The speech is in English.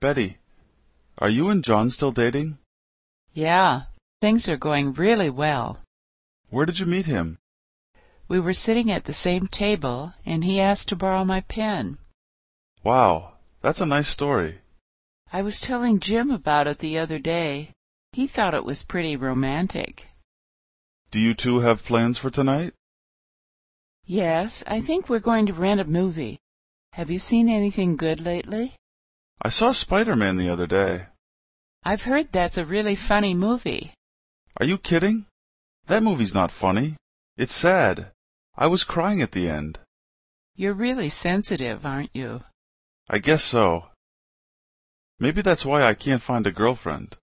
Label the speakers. Speaker 1: Betty, are you and John still dating?
Speaker 2: Yeah, things are going really well.
Speaker 1: Where did you meet him?
Speaker 2: We were sitting at the same table, and he asked to borrow my pen.
Speaker 1: Wow, that's a nice story.
Speaker 2: I was telling Jim about it the other day. He thought it was pretty romantic.
Speaker 1: Do you two have plans for tonight?
Speaker 2: Yes, I think we're going to rent a movie. Have you seen anything good lately?
Speaker 1: I saw Spider-Man the other day.
Speaker 2: I've heard that's a really funny movie.
Speaker 1: Are you kidding? That movie's not funny. It's sad. I was crying at the end.
Speaker 2: You're really sensitive, aren't you?
Speaker 1: I guess so. Maybe that's why I can't find a girlfriend.